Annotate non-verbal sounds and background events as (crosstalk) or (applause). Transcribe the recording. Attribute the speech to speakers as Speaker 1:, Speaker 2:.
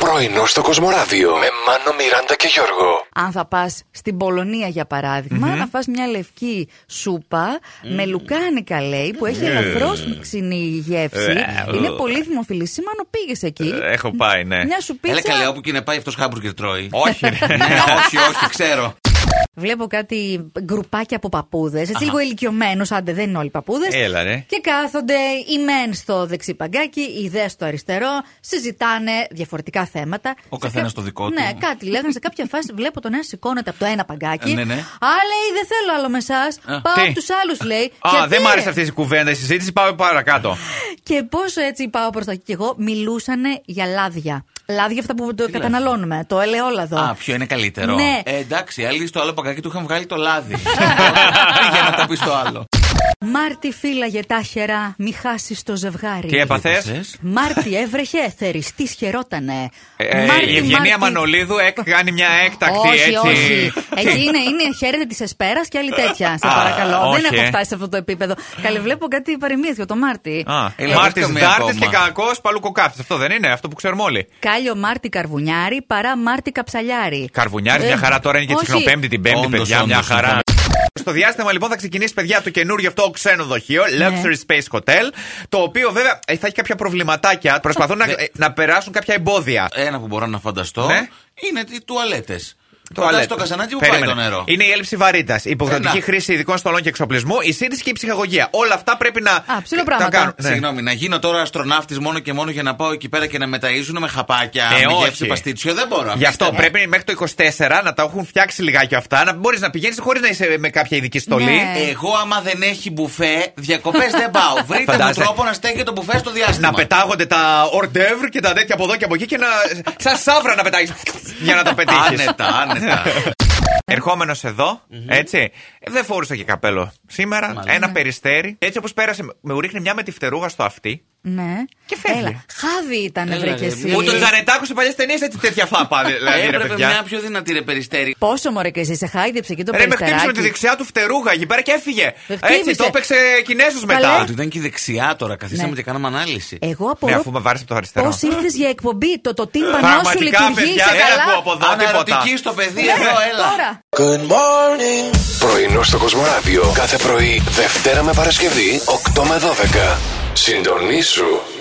Speaker 1: Πρωινό στο Κοσμοράδιο με Μάνο, Μιράντα και Γιώργο.
Speaker 2: Αν θα πας στην Πολωνία, για παράδειγμα, να φας μια λευκή σούπα με λουκάνικα, λέει, που έχει ελαφρώ ξινή γεύση.
Speaker 3: Ε,
Speaker 2: Είναι
Speaker 3: ε,
Speaker 2: πολύ δημοφιλής. Σήμανο πήγες εκεί.
Speaker 3: Ε, Έχω πάει, ναι.
Speaker 2: Μια σου
Speaker 4: Έλα καλέ, όπου και να πάει αυτός χάμπουργκερ τρώει.
Speaker 3: Όχι, ρε.
Speaker 4: (laughs) ναι, όχι, όχι, ξέρω.
Speaker 2: Βλέπω κάτι γκρουπάκια από παππούδες. Έτσι λίγο ηλικιωμένου, άντε δεν είναι όλοι παππούδες.
Speaker 3: Έλα, ρε.
Speaker 2: Και κάθονται οι μεν στο δεξί παγκάκι, οι δε στο αριστερό, συζητάνε διαφορετικά θέματα.
Speaker 4: Ο
Speaker 2: Σε
Speaker 4: καθένας το δικό του.
Speaker 2: Ναι, κάτι λέγανε. Σε κάποια
Speaker 4: (laughs)
Speaker 2: φάση βλέπω τον ένα σηκώνεται από το ένα παγκάκι.
Speaker 4: Ε, ναι, ναι.
Speaker 2: Α, λέει, δεν θέλω άλλο με εσάς.
Speaker 4: Α,
Speaker 2: Πάω
Speaker 3: τι?
Speaker 2: από τους άλλους, λέει.
Speaker 3: Α,
Speaker 2: «Γιατί,
Speaker 3: δεν μ' άρεσε
Speaker 2: ρε?»
Speaker 3: αυτή η κουβέντα, η συζήτηση. Πάμε παρακάτω.
Speaker 2: Και πόσο έτσι πάω προς τα εκεί και εγώ, μιλούσανε για λάδια. Λάδια αυτά που το καταναλώνουμε, το ελαιόλαδο.
Speaker 4: Α, ποιο είναι καλύτερο.
Speaker 2: Ναι.
Speaker 4: Ε, εντάξει, άλλοι στο άλλο παγκάκι του είχαν βγάλει το
Speaker 3: (laughs)
Speaker 4: λάδι. Για να τα πεις το άλλο.
Speaker 2: Μάρτι φύλαγε τα χερά, μη χάσεις το ζευγάρι.
Speaker 3: Τι έπαθες.
Speaker 4: Θες?
Speaker 2: Μάρτι έβρεχε, θεριστή χαιρότανε.
Speaker 3: Ε, Η Ευγενία Μανολίδου έκ- κάνει μια έκτακτη
Speaker 2: όχι,
Speaker 3: έτσι. (laughs)
Speaker 2: όχι.
Speaker 3: Τι?
Speaker 2: Εκεί είναι, είναι χαίρετε της Εσπέρας και άλλη τέτοια. Σε
Speaker 3: Α,
Speaker 2: παρακαλώ.
Speaker 3: όχι,
Speaker 2: Δεν έχω
Speaker 3: ε.
Speaker 2: φτάσει σε αυτό το επίπεδο. Καλή, βλέπω κάτι παροιμίες για το Μάρτι.
Speaker 3: Α,
Speaker 4: Έλα,
Speaker 3: Μάρτη
Speaker 4: βρήκαμε
Speaker 3: Δάρτη
Speaker 4: ακόμα.
Speaker 3: και κακό παλουκοκάφτη. Αυτό δεν είναι, αυτό που ξέρουμε όλοι.
Speaker 2: Κάλιο Μάρτι Καρβουνιάρη παρά Μάρτι Καψαλιάρη.
Speaker 3: Καρβουνιάρης,
Speaker 2: Ε,
Speaker 3: μια χαρά τώρα είναι και
Speaker 2: όχι.
Speaker 3: τσιχνοπέμπτη την Πέμπτη,
Speaker 4: Όντως,
Speaker 3: παιδιά, μια
Speaker 4: όντως,
Speaker 3: χαρά.
Speaker 4: ήταν.
Speaker 3: Στο διάστημα λοιπόν θα ξεκινήσει παιδιά το καινούριο αυτό ξενοδοχείο, Luxury Space Hotel, το οποίο βέβαια ε, θα έχει κάποια προβληματάκια. Προσπαθούν να,
Speaker 4: Δε-
Speaker 3: ε, να περάσουν κάποια εμπόδια.
Speaker 4: Ένα που μπορώ να φανταστώ
Speaker 3: Ναι.
Speaker 4: είναι οι τουαλέτες.
Speaker 3: Τουαλέτα.
Speaker 4: Το καζανάκι που πάει
Speaker 3: Περίμενε.
Speaker 4: το νερό. Ε,
Speaker 3: Είναι η έλλειψη βαρύτητας. Η υποχρεωτική
Speaker 4: Ένα.
Speaker 3: χρήση ειδικών στολών και εξοπλισμού, η σύνδεση και η ψυχαγωγία. Όλα αυτά πρέπει να.
Speaker 2: ψηλό
Speaker 3: τα
Speaker 2: πράγματα.
Speaker 3: κάνουν. Ναι.
Speaker 4: Συγγνώμη, να γίνω τώρα αστροναύτης μόνο και μόνο για να πάω εκεί πέρα και να μεταίζουν με χαπάκια,
Speaker 3: Ε,
Speaker 4: με
Speaker 3: όχι.
Speaker 4: γεύση παστίτσιο. Δεν μπορώ.
Speaker 3: Γι' αυτό
Speaker 4: Αφήστε
Speaker 2: ναι.
Speaker 4: με.
Speaker 3: πρέπει μέχρι το 24 να τα έχουν φτιάξει λιγάκι αυτά, να μπορείς να πηγαίνεις χωρίς να είσαι με κάποια ειδική στολή.
Speaker 2: Ναι.
Speaker 4: Ε. Εγώ, άμα δεν έχει μπουφέ, διακοπές δεν πάω. Βρείτε μου
Speaker 3: Φαντάζεσαι.
Speaker 4: τρόπο να στέκει το μπουφέ στο διάστημα.
Speaker 3: Να πετάγονται τα ορτεύρ και τα τέτοια από εδώ και από εκεί και να. σαν σαύρα να πετάγεις. για να το πετύχεις.
Speaker 4: Άνετα,
Speaker 3: (laughs)
Speaker 4: άνετα.
Speaker 3: Ερχόμενος έτσι, δεν φορούσα και καπέλο. Σήμερα ένα περιστέρι, έτσι όπως πέρασε, με ουρίχνει μια με τη φτερούγα στο αυτί.
Speaker 2: Ναι.
Speaker 3: Και φεύγει.
Speaker 2: Έλα. Χάβι ήταν,
Speaker 4: Έλα,
Speaker 2: βρε και
Speaker 4: ρε,
Speaker 2: εσύ.
Speaker 4: μου
Speaker 3: Μου τον Τζανετάκο σε παλιές ταινίες έτσι τέτοια φάπα.
Speaker 2: Ε,
Speaker 3: Δηλαδή, ρε
Speaker 4: Ε, Έπρεπε
Speaker 3: παιδιά.
Speaker 4: μια πιο δυνατή ρε περιστέρι.
Speaker 2: Πόσο μωρέ και εσύ, σε χάιδεψε εκεί το
Speaker 3: Ρε, με χτύπησε με τη
Speaker 2: περιστεράκι.
Speaker 3: δεξιά του φτερούγα εκεί πέρα και έφυγε.
Speaker 2: Με χτύπησε.
Speaker 3: Έτσι, το έπαιξε Κινέζος
Speaker 2: Καλέ.
Speaker 3: μετά.
Speaker 4: Α, του ήταν και η δεξιά τώρα. Καθίσαμε
Speaker 2: Ε, Ναι.
Speaker 4: και κάναμε ανάλυση.
Speaker 2: Εγώ
Speaker 3: Ναι,
Speaker 2: απορώ
Speaker 3: αφού με βάρεσε από το αριστερό.
Speaker 2: πώς ήρθες για εκπομπή. Το, το τύμπανό σου
Speaker 3: Πραγματικά,
Speaker 2: λειτουργεί.
Speaker 3: παιδιά,
Speaker 2: Είσαι
Speaker 3: δεν ακούω
Speaker 2: καλά.
Speaker 3: από εδώ τίποτα.
Speaker 4: Αναρωτική στο παιδί εδώ, έλα.
Speaker 2: Ναι. Τώρα.
Speaker 1: Πρωινό στο Κοσμοράδιο κάθε πρωί, Δευτέρα με Παρασκευή, 8 με 12. Συντονίσου.